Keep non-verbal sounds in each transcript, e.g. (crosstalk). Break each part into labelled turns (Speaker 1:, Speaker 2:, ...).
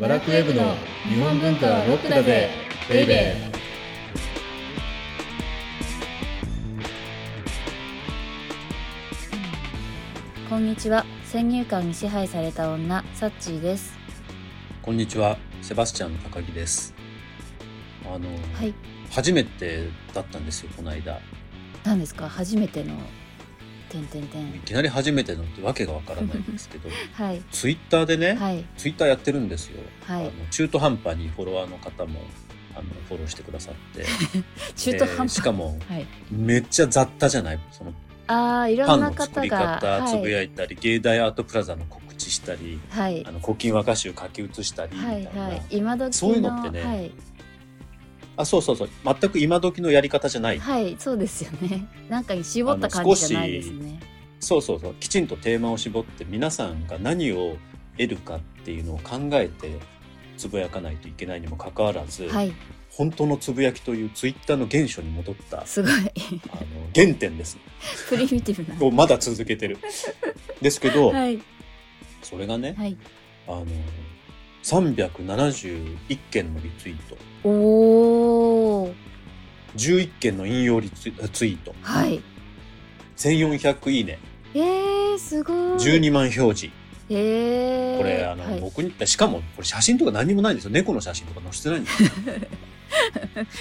Speaker 1: バラクウェブの日本文化はロックだぜベイベー
Speaker 2: こんにちは先入観に支配された女サッチーです
Speaker 3: こんにちは、セバスチャンの高木です。あの、
Speaker 2: はい
Speaker 3: 初めてだったんですよ、この間。
Speaker 2: 何ですか初めてのてんてんて
Speaker 3: い
Speaker 2: ん
Speaker 3: きなり初めてのってわけがわからないんです
Speaker 2: (laughs)
Speaker 3: けど、
Speaker 2: はい
Speaker 3: ツイッターでね、
Speaker 2: はい
Speaker 3: ツイッターやってるんですよ。
Speaker 2: はい
Speaker 3: あの中途半端にフォロワーの方もあのフォローしてくださって、
Speaker 2: (laughs) 中途半
Speaker 3: で
Speaker 2: 端
Speaker 3: しかも
Speaker 2: はい
Speaker 3: めっちゃ雑多じゃない、その
Speaker 2: ああいろ
Speaker 3: パ
Speaker 2: ん
Speaker 3: ン
Speaker 2: な
Speaker 3: の作
Speaker 2: 方
Speaker 3: り
Speaker 2: が
Speaker 3: 方つぶ
Speaker 2: はい
Speaker 3: やいたり、芸大アートプラザの告知したり、
Speaker 2: はい
Speaker 3: あの古今和歌集書き写したりみ
Speaker 2: は
Speaker 3: た
Speaker 2: い
Speaker 3: いな。
Speaker 2: はい今時
Speaker 3: そういうのってね
Speaker 2: はい
Speaker 3: あ、そうそうそう、全く今時のやり方じゃない。
Speaker 2: はいそうですよね (laughs) なんか絞った感じじゃないですね
Speaker 3: そうそうそうきちんとテーマを絞って皆さんが何を得るかっていうのを考えてつぶやかないといけないにもかかわらず、
Speaker 2: はい
Speaker 3: 本当のつぶやきというツイッターの原初に戻ったあ
Speaker 2: すごい (laughs)
Speaker 3: の原点です
Speaker 2: プリミティブな
Speaker 3: をまだ続けてるですけど、
Speaker 2: はい
Speaker 3: それがね
Speaker 2: はい
Speaker 3: あの371件のリツイート
Speaker 2: おお
Speaker 3: 11件の引用リツイツイート
Speaker 2: はい
Speaker 3: 1400いいね
Speaker 2: えー、すごい
Speaker 3: 12万表示
Speaker 2: えー、
Speaker 3: これあの、
Speaker 2: はい、
Speaker 3: 僕にしかもこれ写真とか何もないんですよ猫の写真とか載せてないんですよ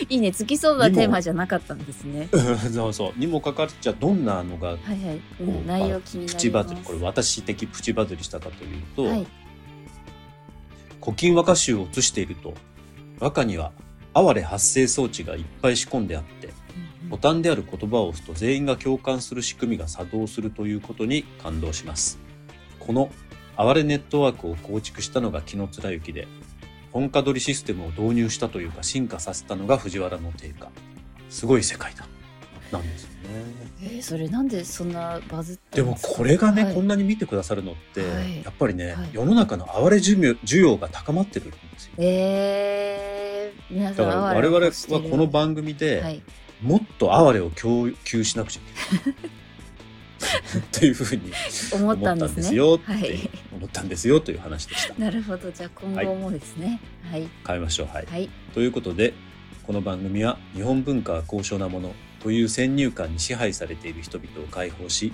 Speaker 2: いいねつきそうなテーマじゃなかったんですね
Speaker 3: (laughs) そうそう。にもかかわらず、じゃあどんなのが
Speaker 2: はいはい、う
Speaker 3: こ
Speaker 2: ん、
Speaker 3: う
Speaker 2: 内容気になります
Speaker 3: プチバズり、これ私的プチバズりしたかというと、
Speaker 2: はい
Speaker 3: 古今和歌集を写していると、和歌には哀れ発生装置がいっぱい仕込んであって、ボタンである言葉を押すと全員が共感する仕組みが作動するということに感動します。この哀れネットワークを構築したのが木野貫之で、本家取りシステムを導入したというか進化させたのが藤原の定家。すごい世界だ。なんですよね。
Speaker 2: えー、それなんでそんなバズって
Speaker 3: でもこれがね、こん
Speaker 2: な
Speaker 3: なに見てくださるのって、
Speaker 2: はい
Speaker 3: やっぱりね、
Speaker 2: はい
Speaker 3: 世の中の哀れ需要需要が高まってるんですよ。
Speaker 2: えー、皆さ
Speaker 3: だ
Speaker 2: ん
Speaker 3: から
Speaker 2: 哀
Speaker 3: 我
Speaker 2: れを
Speaker 3: 々は
Speaker 2: 欲してる
Speaker 3: この番組
Speaker 2: は
Speaker 3: で
Speaker 2: い
Speaker 3: もっと哀れを供給しなくちゃい (laughs) けない。っていうふうに
Speaker 2: 思
Speaker 3: 思
Speaker 2: っ
Speaker 3: ったた
Speaker 2: ん
Speaker 3: ん
Speaker 2: で
Speaker 3: です
Speaker 2: ね
Speaker 3: すよって、
Speaker 2: はい
Speaker 3: 思ったんですよという話でした。
Speaker 2: なるほどじゃあ今後もですねはい
Speaker 3: 変えましょう。はい。
Speaker 2: はい
Speaker 3: ということで、この番組は日本文化は高尚なものという先入観に支配されている人々を解放し、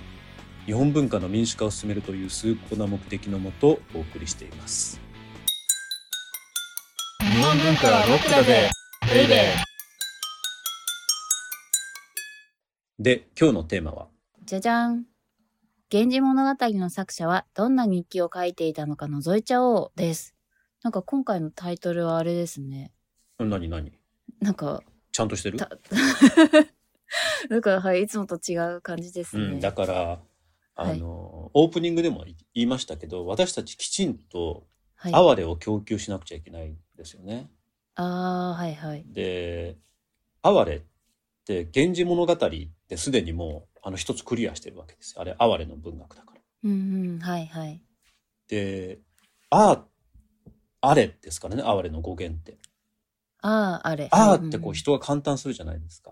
Speaker 3: 日本文化の民主化を進めるという崇高な目的のもとお送りしています。
Speaker 1: 日本文化はロックだぜベイベー
Speaker 3: で、今日のテーマは、
Speaker 2: じゃじゃん源氏物語の作者はどんな日記を書いていたのか覗いちゃおうですなんか今回のタイトルはあれですね
Speaker 3: 何何
Speaker 2: なんか
Speaker 3: ちゃんとしてる
Speaker 2: たなんかはいいつもと違う感じです
Speaker 3: う
Speaker 2: ね、
Speaker 3: ん、だから、あ
Speaker 2: はい
Speaker 3: の、オープニングでも言いましたけど、私たちきちんと
Speaker 2: はい、あ
Speaker 3: 哀れを供給しなくちゃいけないんですよね。
Speaker 2: あーはいはい
Speaker 3: で、哀れって、源氏物語ってすでにもう、あの、一つクリアしてるわけですよ。あれ、哀れの文学だから。
Speaker 2: うんうんはいはい
Speaker 3: で、あ、あれですからね、哀れの語源って。
Speaker 2: あああれ
Speaker 3: あーってこう
Speaker 2: 人
Speaker 3: 人が簡単するじゃないですか。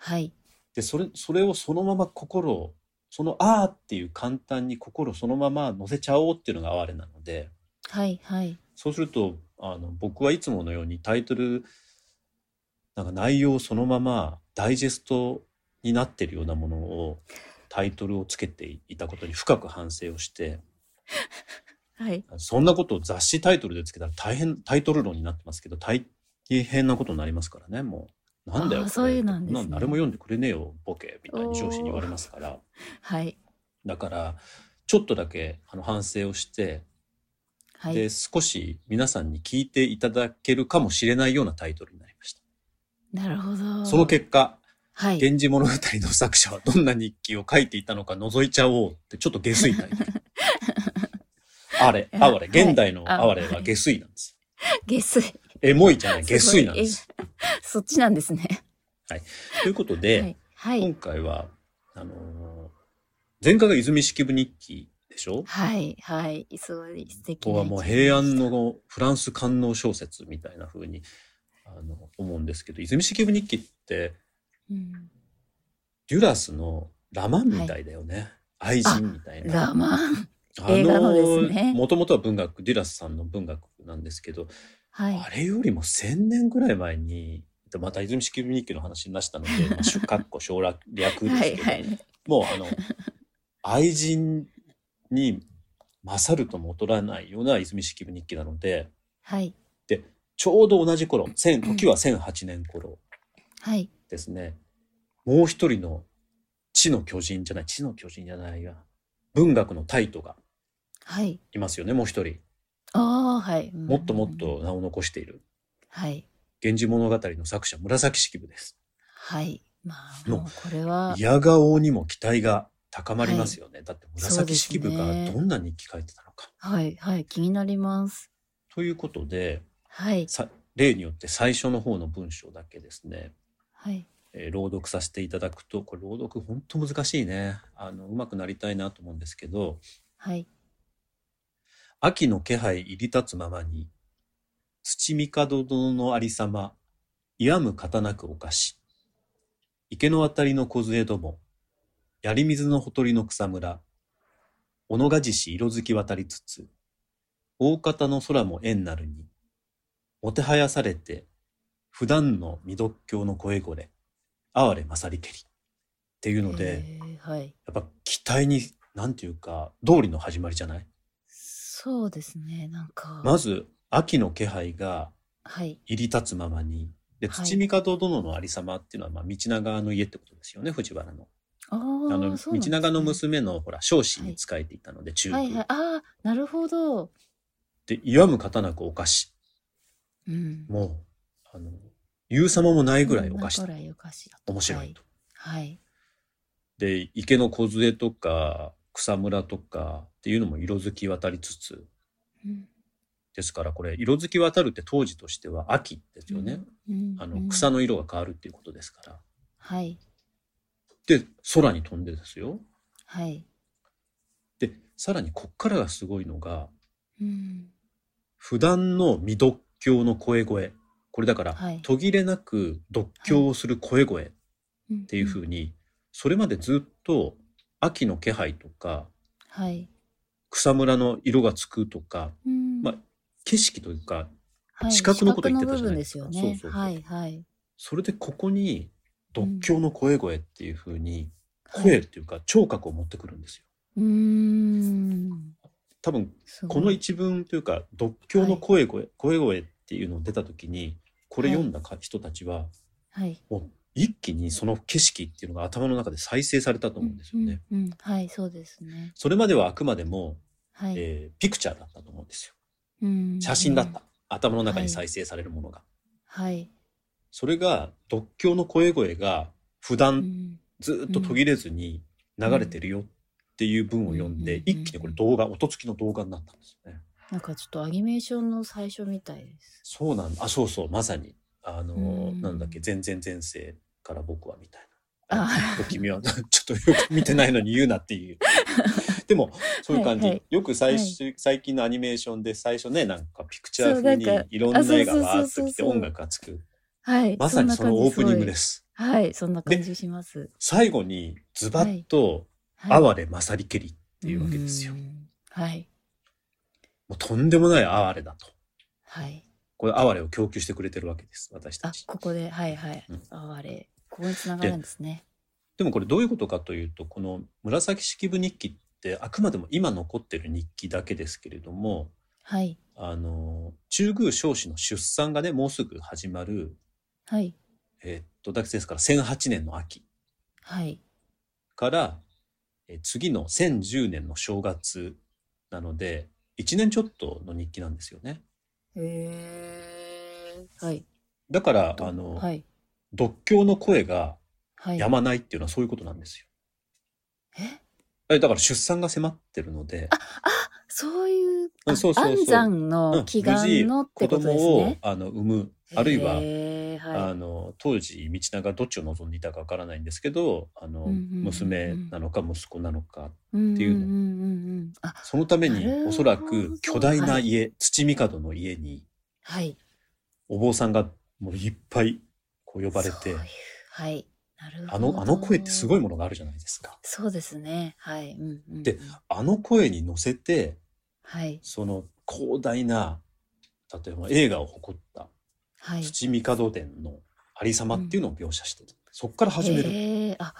Speaker 2: はい
Speaker 3: でそれそれをそのまま心をその「あ」っていう簡単に心をそのまま乗せちゃおうっていうのが哀れなので
Speaker 2: はいはい
Speaker 3: そうするとあの僕はいつものようにタイトルなんか内容そのままダイジェストになってるようなものをタイトルをつけていたことに深く反省をして
Speaker 2: はい
Speaker 3: そんなことを雑誌タイトルでつけたら大変タイトル論になってますけど大大変なことになりますからねもうなんだ
Speaker 2: あー
Speaker 3: よこれ
Speaker 2: そういうなんですね
Speaker 3: な誰も読んでくれねえよボケみたいに上司に言われますから。
Speaker 2: はい
Speaker 3: だからちょっとだけあの反省をして、
Speaker 2: はい
Speaker 3: で少し皆さんに聞いていただけるかもしれないようなタイトルになりました。
Speaker 2: なるほど
Speaker 3: その結果
Speaker 2: は
Speaker 3: 「
Speaker 2: い
Speaker 3: 源氏物語」の作者はどんな日記を書いていたのか覗いちゃおうってちょっと下水タイトル
Speaker 2: (laughs)
Speaker 3: あれあわ
Speaker 2: は
Speaker 3: れ
Speaker 2: い
Speaker 3: 現代のあわれ
Speaker 2: は
Speaker 3: はい下水なんです。
Speaker 2: 下水
Speaker 3: エモいじゃない
Speaker 2: (laughs)
Speaker 3: 下
Speaker 2: すごい
Speaker 3: 水なんです。
Speaker 2: そっちなんですね
Speaker 3: ということで、
Speaker 2: はいはい
Speaker 3: 今回はあのー前回が泉式部日記でしょ
Speaker 2: はいはいすごい素敵
Speaker 3: ここはもう平安のフランス官能小説みたいな風にあの思うんですけど泉式部日記って
Speaker 2: うん
Speaker 3: デュラスのラマンみたいだよね、愛人みたいな
Speaker 2: ラマン映画のですね
Speaker 3: もともとは文学デュラスさんの文学なんですけど、
Speaker 2: はい
Speaker 3: あ。れよりも1000年ぐらい前にまた泉式日記の話にな
Speaker 2: (laughs)
Speaker 3: したので、まあ、しゅかっこ省略略ですけど、
Speaker 2: はいはい。
Speaker 3: もうあの愛人に勝るとも劣らないような泉式日記なので
Speaker 2: はい。
Speaker 3: ちょうど同じ頃1000時は1008年頃
Speaker 2: はい。
Speaker 3: ですね、もう一人の知の巨人じゃない知の巨人じゃないが文学のタイトが
Speaker 2: はい。
Speaker 3: いますよねもう一人
Speaker 2: ああ、はい。うん
Speaker 3: もっともっ。と名を残している
Speaker 2: はい。
Speaker 3: 「源氏物語」の作者紫式部です。
Speaker 2: はい。まあ、
Speaker 3: もう
Speaker 2: もうこれは。
Speaker 3: いやがおうにも期待が高まりますよね、だって
Speaker 2: そうで
Speaker 3: 紫
Speaker 2: す
Speaker 3: 式
Speaker 2: ね
Speaker 3: 部がどんな日記書いてたのか。
Speaker 2: はい。はい。気になります。
Speaker 3: ということで
Speaker 2: はい。
Speaker 3: さ例によって最初の方の文章だけですね、
Speaker 2: はい。
Speaker 3: えー朗読させていただくとこれ朗読本当難しいねあのうまくなりたいなと思うんですけど、
Speaker 2: はい。
Speaker 3: 秋の気配入り立つままに、土帝殿のありさま、病む方なくおかし。池の渡りの梢ども、槍水のほとりの草むら、おのがじし色づき渡りつつ、大方の空も縁なるに、もてはやされて、普段の未読経の声ごれ、哀れ勝りけり。っていうので、
Speaker 2: えーはい。
Speaker 3: やっぱ期待に、なんていうか、道理の始まりじゃない
Speaker 2: そうですね。なんか。
Speaker 3: まず秋の気配が
Speaker 2: はい。
Speaker 3: 入り立つままにで
Speaker 2: はい
Speaker 3: 土帝殿のありさまっていうのは、まあ、道長の家ってことですよね藤原の。
Speaker 2: ああ
Speaker 3: あの、
Speaker 2: そ
Speaker 3: 道
Speaker 2: うなんですね
Speaker 3: 長の娘のほら彰子に仕えていたので、中宮、
Speaker 2: はいはい。ああ、なるほど。
Speaker 3: で病む方なくお菓子
Speaker 2: うん。
Speaker 3: もうあの言う様もないぐらいお菓
Speaker 2: か
Speaker 3: 子、
Speaker 2: しぐらいおかしだと
Speaker 3: 面白いと。
Speaker 2: はい。はい。
Speaker 3: で池の梢とか草むらとかっていうのも色づき渡りつつ
Speaker 2: うん
Speaker 3: ですからこれ色づき渡るって当時としては秋ですよね、。
Speaker 2: うん
Speaker 3: あ
Speaker 2: う
Speaker 3: の
Speaker 2: ん
Speaker 3: 草の色が変わるっていうことですから。
Speaker 2: はい。
Speaker 3: で空に飛んでですよ
Speaker 2: はい。
Speaker 3: でさらにこっからがすごいのが
Speaker 2: うん。
Speaker 3: 普段の未読経の声声これだから、
Speaker 2: はい
Speaker 3: 途切れなく読経をする声声っ
Speaker 2: って
Speaker 3: いうふうに、それまでずっと秋の気配とか
Speaker 2: はい。
Speaker 3: 草むらの色がつくとか
Speaker 2: うん
Speaker 3: まあ景色というか
Speaker 2: はい
Speaker 3: 視覚のこと言ってたじゃないで
Speaker 2: ですす
Speaker 3: か
Speaker 2: よね。
Speaker 3: そうそうそう
Speaker 2: はいはい。
Speaker 3: それでここに読経の声声っていうふうに、声っていうか聴覚を持ってくるんですよ。
Speaker 2: うーん。
Speaker 3: 多分
Speaker 2: すごい
Speaker 3: この一文というか読経の声声、声声っていうの出た時にこれ読んだか人たちは
Speaker 2: はい。
Speaker 3: もう一気にその景色っていうのが頭の中で再生されたと思うんですよね。
Speaker 2: うん。うんはい、そうですね。
Speaker 3: それまではあくまでも、
Speaker 2: はい。
Speaker 3: えーピクチャーだったと思うんですよ。
Speaker 2: うん
Speaker 3: 写真だった。。頭の中に再生されるものが。
Speaker 2: はい。
Speaker 3: それが読経の声声が普
Speaker 2: う
Speaker 3: 段
Speaker 2: ん
Speaker 3: ずっと途切れずに流れてるよっていう文を読んで、
Speaker 2: うん
Speaker 3: 一気にこれ動画音付きの動画になったんですよね。
Speaker 2: なんかちょっとアニメーションの最初みたいです。
Speaker 3: そうなんだ。あ、そうそう、まさに。あのー、
Speaker 2: うん
Speaker 3: なんだっけ、全然前世から僕はみたいな。
Speaker 2: あ
Speaker 3: あ君は (laughs) ちょっとよく見てないのに言うなっていう。 (laughs) でも、そういう感じ。
Speaker 2: はいはい
Speaker 3: よく最初、最近のアニメーションで最初ね、なんかピクチャー風にいろんな絵がわーっと
Speaker 2: そうなんかあそうそうそう
Speaker 3: 来て
Speaker 2: そう
Speaker 3: 音楽がつく。
Speaker 2: はい。。
Speaker 3: まさにそのオープニングですす。
Speaker 2: はい、そんな感じします。
Speaker 3: 最後にズバッと、
Speaker 2: はい
Speaker 3: 哀れ勝りけりっていうわけですよ。
Speaker 2: う
Speaker 3: も
Speaker 2: んはい。
Speaker 3: うとんでもない哀れだと。
Speaker 2: はい。
Speaker 3: これ哀れを供給してくれてるわけです、私た
Speaker 2: あ
Speaker 3: ち、。
Speaker 2: ここで、はいはい
Speaker 3: うん。
Speaker 2: ああれ、ここに繋がるんですね。
Speaker 3: でもこれどういうことかというとこの紫式部日記ってあくまでも今残ってる日記だけですけれども
Speaker 2: はい。
Speaker 3: あの中宮彰子の出産がねもうすぐ始まる、
Speaker 2: はい。
Speaker 3: えっとだけですから1008年の秋
Speaker 2: はい。
Speaker 3: からえ次の1010年の正月なので1年ちょっとの日記なんですよね。
Speaker 2: へーはい。
Speaker 3: だからあの、
Speaker 2: はい。
Speaker 3: 読経の声が
Speaker 2: はい。
Speaker 3: やまないっていうのはそういうことなんですよ。
Speaker 2: え
Speaker 3: えだから出産が迫ってるので
Speaker 2: そういう、
Speaker 3: うん
Speaker 2: あ
Speaker 3: そうそうそう
Speaker 2: 安産
Speaker 3: う
Speaker 2: の
Speaker 3: ん
Speaker 2: 祈願のってことです
Speaker 3: 無事子供を
Speaker 2: ね。
Speaker 3: あの産むあるいは
Speaker 2: へー
Speaker 3: あ
Speaker 2: は
Speaker 3: の当時道長どっちを望んでいたかわからないんですけどあの、
Speaker 2: うんうんうんうん
Speaker 3: 娘なのか息子なのか
Speaker 2: い。
Speaker 3: ってい
Speaker 2: んんう
Speaker 3: うの
Speaker 2: んうん。あ、
Speaker 3: そのために
Speaker 2: なるほど
Speaker 3: おそらく巨大な家、土帝の家に
Speaker 2: はい。
Speaker 3: お坊さんがもういっぱいこう呼ばれて
Speaker 2: そういうはい。なるほ
Speaker 3: あ
Speaker 2: ど。
Speaker 3: の、あの声ってすごいものがあるじゃないですか。
Speaker 2: そうですね。はい。うんうん、
Speaker 3: で、あの声に乗せて、
Speaker 2: はい。
Speaker 3: その広大な、例えば映画を誇った
Speaker 2: はい。
Speaker 3: 土御門伝のありさまっていうのを描写してる。そこから始める。っ
Speaker 2: へえあ、な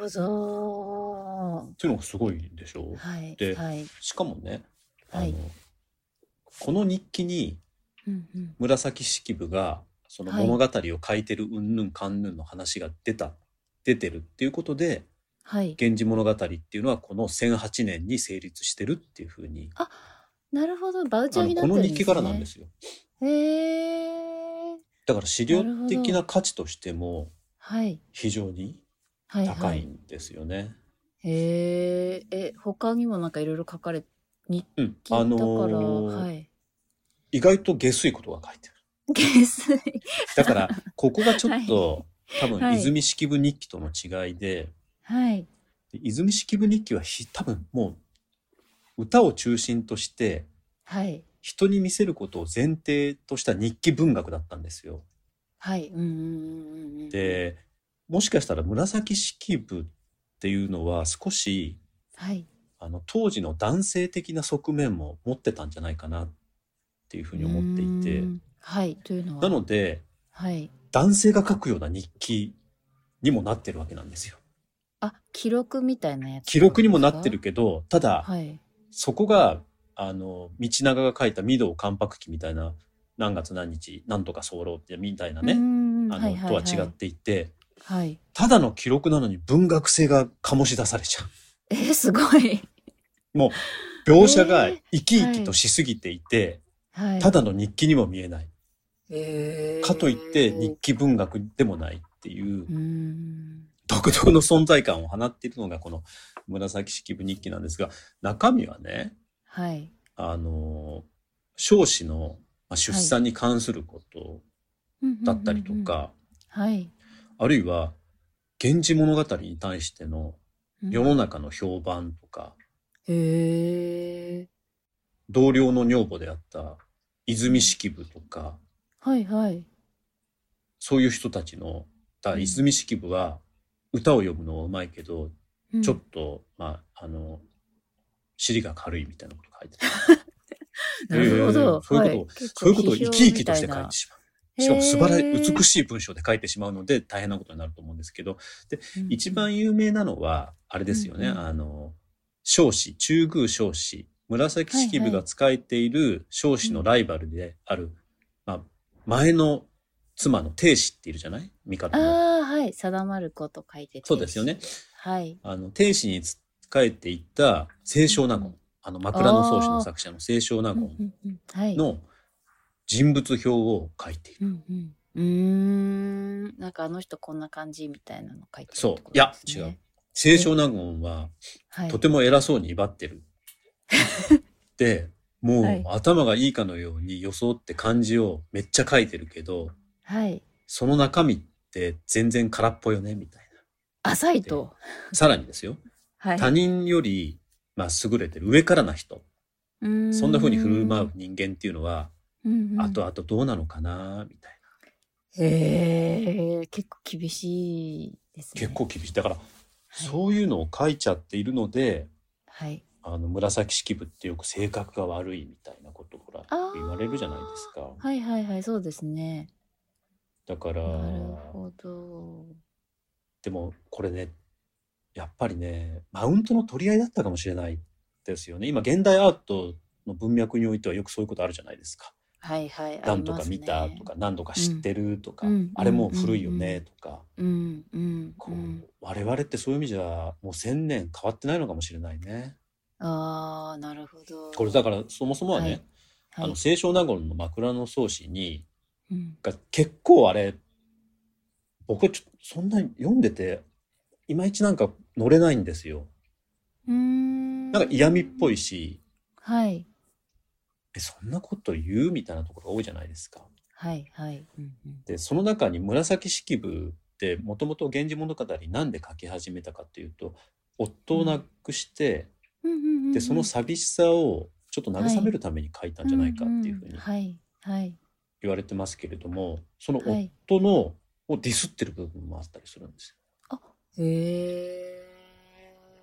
Speaker 2: るほど。
Speaker 3: ていうのがすごいでしょ
Speaker 2: はい。
Speaker 3: で
Speaker 2: はい。
Speaker 3: しかもね、あの、
Speaker 2: はい
Speaker 3: この日記に
Speaker 2: うんうん。
Speaker 3: 紫式部がその物語を書いてるうんぬんかんぬんの話が出た、出てるっていうことで、
Speaker 2: はい。
Speaker 3: 源氏物語っていうのはこの1008年に成立してるっていうふうに、
Speaker 2: あ、なるほど。バウチ
Speaker 3: あ
Speaker 2: ャー
Speaker 3: の
Speaker 2: になっ
Speaker 3: こ
Speaker 2: てるん
Speaker 3: の
Speaker 2: です、ね。
Speaker 3: 日記からなんですよ。
Speaker 2: へえ。
Speaker 3: だから資料的な価値としても
Speaker 2: はい。
Speaker 3: 非常に
Speaker 2: はい、はい。
Speaker 3: 高いんですよね。
Speaker 2: へえ。え、他にもなんかいろいろ書かれ、
Speaker 3: うん、
Speaker 2: 聞いたから、
Speaker 3: あのー
Speaker 2: はい。 (laughs)
Speaker 3: 意外と下水ことが書いてある。
Speaker 2: 下水。
Speaker 3: だからここがちょっと、多
Speaker 2: (laughs)
Speaker 3: 分
Speaker 2: はい
Speaker 3: 泉式部日記との違いで、
Speaker 2: はい。
Speaker 3: で泉式部日記はひ多分もう歌を中心として
Speaker 2: はい。
Speaker 3: 人に見せることを前提とした日記文学だったんですよ。
Speaker 2: はい。うんうんうんうんうん。、
Speaker 3: でもしかしたら紫式部っていうのは少し
Speaker 2: はい。
Speaker 3: あの当時の男性的な側面も持ってたんじゃないかなっていうふうに思っていうて
Speaker 2: ーん。はい。というのは。
Speaker 3: なので
Speaker 2: はい。
Speaker 3: 男性が書くような日記にもなってるわけなんですよ。
Speaker 2: あ、記録みたいなやつ。
Speaker 3: 記録にもなってる。けどただ
Speaker 2: はい。
Speaker 3: そこがあの道長が書いた「御堂関白記」みたいな何月何日何とか候ってみたいな
Speaker 2: うー
Speaker 3: ね
Speaker 2: ん
Speaker 3: あのとは違っ。ていて
Speaker 2: はいはい。
Speaker 3: ただの記録なのに文学性が醸し出されちゃう。
Speaker 2: えー、すごい。
Speaker 3: もう描写が
Speaker 2: えー
Speaker 3: 生き生きとしすぎていて、
Speaker 2: はい。
Speaker 3: ただの日記にも見えない、
Speaker 2: えー
Speaker 3: かといって日記文学でもないっていう
Speaker 2: うーん。
Speaker 3: 独特の存在感を放っているのがこの紫式部日記なんですが中身はね
Speaker 2: はい。
Speaker 3: あの少子のまあ出産に関することだったりと
Speaker 2: うんうんうんうん。
Speaker 3: か、
Speaker 2: はい。
Speaker 3: あるいは源氏物語に対しての
Speaker 2: うん
Speaker 3: 世の中の評判とか、
Speaker 2: へえ。
Speaker 3: 同僚の女房であった泉式部とか
Speaker 2: はいはい。
Speaker 3: そういう人たちの、だから
Speaker 2: うん
Speaker 3: 泉式部は歌を読むのはうまいけど、
Speaker 2: うん
Speaker 3: ちょっと、まあ、あの、尻が軽いみたいなこと書いて
Speaker 2: (laughs)
Speaker 3: た。
Speaker 2: なるほど。
Speaker 3: そういうことを
Speaker 2: は
Speaker 3: そういうことを生き生きとして書いて
Speaker 2: し
Speaker 3: しまう。しかも素晴らしい、美
Speaker 2: しい
Speaker 3: しい文章で書いてしまうので大変なことになると思うんですけど、
Speaker 2: へー。
Speaker 3: 一番有名なのは、あれですよね、
Speaker 2: うんうん
Speaker 3: あの、彰子、中宮彰子、紫式部が使えている彰子のライバルである、まあ、前の妻の亭子っているじゃない味方の。
Speaker 2: ああ、はい。定まること書いてて
Speaker 3: そうですよ。ね。
Speaker 2: はい。
Speaker 3: あの、天使に仕えていた清少納言、あの、枕草子の作者の清少納
Speaker 2: うんう
Speaker 3: 言
Speaker 2: んうんはい。
Speaker 3: の人物表を書いている。
Speaker 2: うんうん。うーん。なんかあの人こんな感じみたいなの書いてるってことですね
Speaker 3: そういや違う。清少納言は
Speaker 2: はい。
Speaker 3: とても偉そうに威張って (laughs) る。で、も
Speaker 2: は
Speaker 3: う
Speaker 2: い
Speaker 3: 頭がいいかのように装って漢字をめっちゃ書いてるけど、
Speaker 2: はい。
Speaker 3: その中身って全然空っぽよね、みたい
Speaker 2: 浅いと。
Speaker 3: な。さらにですよ、
Speaker 2: はい。
Speaker 3: 他人より、まあ、優れてる上からな人、
Speaker 2: うーん
Speaker 3: そんな風に振る舞う。人間っていうのは、
Speaker 2: うんうん
Speaker 3: あとあとどうなのかなみたい
Speaker 2: へえ、結構厳しいです
Speaker 3: な
Speaker 2: ね。
Speaker 3: 結構厳しいだから、
Speaker 2: はい
Speaker 3: そういうのを書いちゃっているので
Speaker 2: はい。
Speaker 3: あの紫式部ってよく性格が悪いみたいなことほら
Speaker 2: あー
Speaker 3: 言われるじゃないですか
Speaker 2: はいはいはい、そうですね。
Speaker 3: だから
Speaker 2: なるほど。
Speaker 3: でもこれねやっぱりねマウントの取り合いだったかもしれないですよね今現代アートの文脈においてはよくそういうことあるじゃないですか
Speaker 2: はいはい。あり
Speaker 3: 何と
Speaker 2: ま
Speaker 3: か
Speaker 2: すね
Speaker 3: 見たと。か何とか知ってるとか、
Speaker 2: うんうん
Speaker 3: あれもう古いよねとか、
Speaker 2: うんうん。
Speaker 3: こう
Speaker 2: うん
Speaker 3: 我々ってそういう意味じゃもう千年変わってないのかもしれないね。
Speaker 2: ああ、なるほど。
Speaker 3: これだからそもそもはね、
Speaker 2: はいは
Speaker 3: あ
Speaker 2: い
Speaker 3: の。清少納言の枕草子に
Speaker 2: うん
Speaker 3: が結構あれ僕ちょそんなに読んでていまいちなんか乗れないんですよ。
Speaker 2: うーん。
Speaker 3: なんか嫌味っぽい。し、
Speaker 2: はい。
Speaker 3: えそんなこと言うみたいなところが多いじゃないですか。
Speaker 2: はいはい。うんうん
Speaker 3: でその中に紫式部ってもともと「源氏物語」なんで書き始めたかっていうと夫を亡くして、
Speaker 2: うんうんうんうん
Speaker 3: でその寂しさをちょっと慰めるために書いたんじゃないかっていうふう
Speaker 2: うんう
Speaker 3: に
Speaker 2: んはいはい。
Speaker 3: 言われてますけれども、その
Speaker 2: はい
Speaker 3: 夫のをディスってる部分もあったりするんですよ。
Speaker 2: へえ。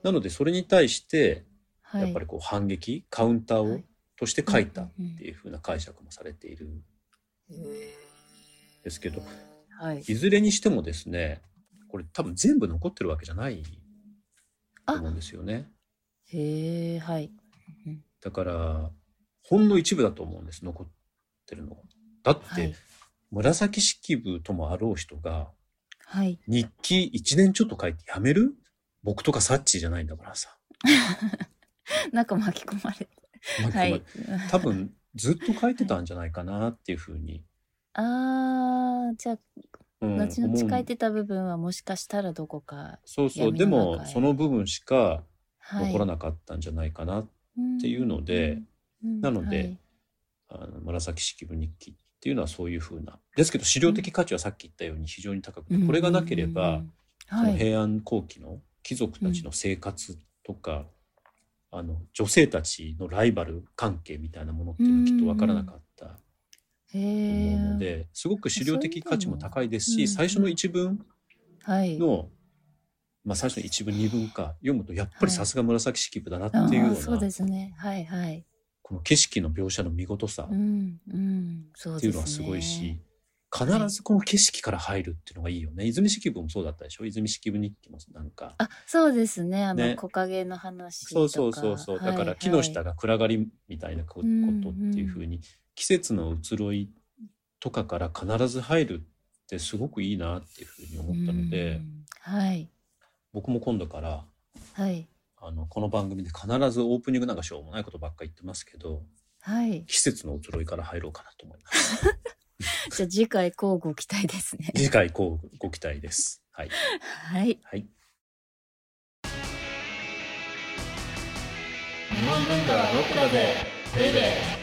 Speaker 3: なのでそれに対して
Speaker 2: はい、
Speaker 3: やっぱりこう反撃、カウンター
Speaker 2: は
Speaker 3: を
Speaker 2: い
Speaker 3: として書いたって
Speaker 2: う
Speaker 3: いう風な解釈もされているん
Speaker 2: んうんへ
Speaker 3: ですけど、
Speaker 2: ーはい。
Speaker 3: いずれにしてもですねこれ多分全部残ってるわけじゃないと思うんですよね。
Speaker 2: へえ、はい。うん
Speaker 3: だからほんの一部だと思うんです残ってるのだって、
Speaker 2: はい。
Speaker 3: 紫式部ともあろう人が
Speaker 2: はい。
Speaker 3: 日記1年ちょっと書いてやめる僕とかサッチーじゃないんだからさ。
Speaker 2: なんか巻き込まれて。
Speaker 3: なんか
Speaker 2: はい。
Speaker 3: 多分ずっと書いてたんじゃないかなっていうふうに、
Speaker 2: あー、じゃあ、
Speaker 3: うん
Speaker 2: 後々書い
Speaker 3: 思う
Speaker 2: てた部分はもしかしたらどこか。
Speaker 3: そうそう
Speaker 2: 闇の
Speaker 3: でも
Speaker 2: 中へ
Speaker 3: その部分しか
Speaker 2: はい。
Speaker 3: 残らなかったんじゃないかな、
Speaker 2: って
Speaker 3: いうので、
Speaker 2: うん
Speaker 3: なので
Speaker 2: はい
Speaker 3: あの紫式部日記っていうのはそういうふうなですけど資料的価値はさっき言ったように非常に高くて、これがなければ、、
Speaker 2: うんうんうん
Speaker 3: そ
Speaker 2: は
Speaker 3: の
Speaker 2: い、
Speaker 3: 平安後期の貴族たちの生活とか、あの女性たちのライバル関係みたいなものっていうのはきっと分からなかったと思うの
Speaker 2: へえ、
Speaker 3: で、すごく資料的価値も高いですし、
Speaker 2: そういうのも
Speaker 3: 最初の一文
Speaker 2: はい、
Speaker 3: の、まあ、最初の一文二文か読むとやっぱ
Speaker 2: はい
Speaker 3: りさすが紫式部だな
Speaker 2: あ
Speaker 3: っていうよう
Speaker 2: ー
Speaker 3: な、
Speaker 2: そうですね、はいはい、
Speaker 3: この景色の描写の見事さ
Speaker 2: う
Speaker 3: っ
Speaker 2: んうん、そう
Speaker 3: て
Speaker 2: ですね。
Speaker 3: いうのはすごいし、
Speaker 2: ね
Speaker 3: 必ずこの景色から入るっていうのがいいよね。泉式部もそうだったでしょ泉式部日記もなんか。
Speaker 2: あ、そうですね、あの、
Speaker 3: ね
Speaker 2: 木陰の話とか、
Speaker 3: そうそうそうそう、だから木
Speaker 2: は
Speaker 3: の
Speaker 2: い
Speaker 3: 下が暗がりみたいなここ
Speaker 2: う
Speaker 3: と
Speaker 2: んうん
Speaker 3: っていうふうに、季節の移ろいとかから必ず入るってすごくいいなっていうふうに思ったので、
Speaker 2: うんはい
Speaker 3: 僕も今度から
Speaker 2: はい
Speaker 3: あのこの番組で必ずオープニングなんかしょうもないことばっか言ってますけど
Speaker 2: はい、
Speaker 3: 季節の移ろいから入ろうかなと思います
Speaker 2: (laughs) じゃあ次回交互期待ですね。 (laughs)
Speaker 3: 次回こうご期待ですはい、
Speaker 2: はい。
Speaker 3: はい、
Speaker 1: 日本文化はロックだぜベイベー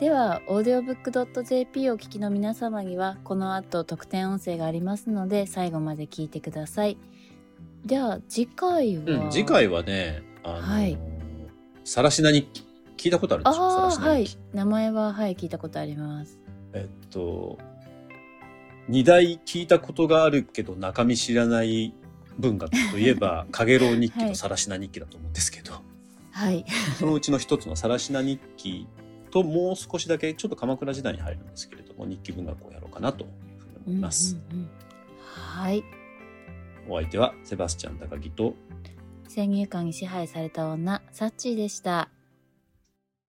Speaker 2: では audiobook.jp をお聞きの皆様にはこの後特典音声がありますので最後まで聞いてくださいでは次回は、
Speaker 3: うん、次回はねあの
Speaker 2: はい
Speaker 3: さらしな日記聞いたことあるで
Speaker 2: あ
Speaker 3: しょさら
Speaker 2: あ
Speaker 3: し
Speaker 2: ーは
Speaker 3: ない日記、
Speaker 2: 名前ははい聞いたことあります
Speaker 3: えっと、二大聞いたことがあるけど中身知らない文学とい
Speaker 2: (laughs)
Speaker 3: えば、かげろう日記
Speaker 2: はい
Speaker 3: とさらしな日記だと思うんですけど、
Speaker 2: はい
Speaker 3: そのうちの一つのさらしな日記ともう少しだけちょっと鎌倉時代に入るんですけれども、日記文学をやろうかなというふうに思います。
Speaker 2: うんうんうんはい
Speaker 3: お相手はセバスチャン高木と
Speaker 2: 先入観に支配された女サッチーでした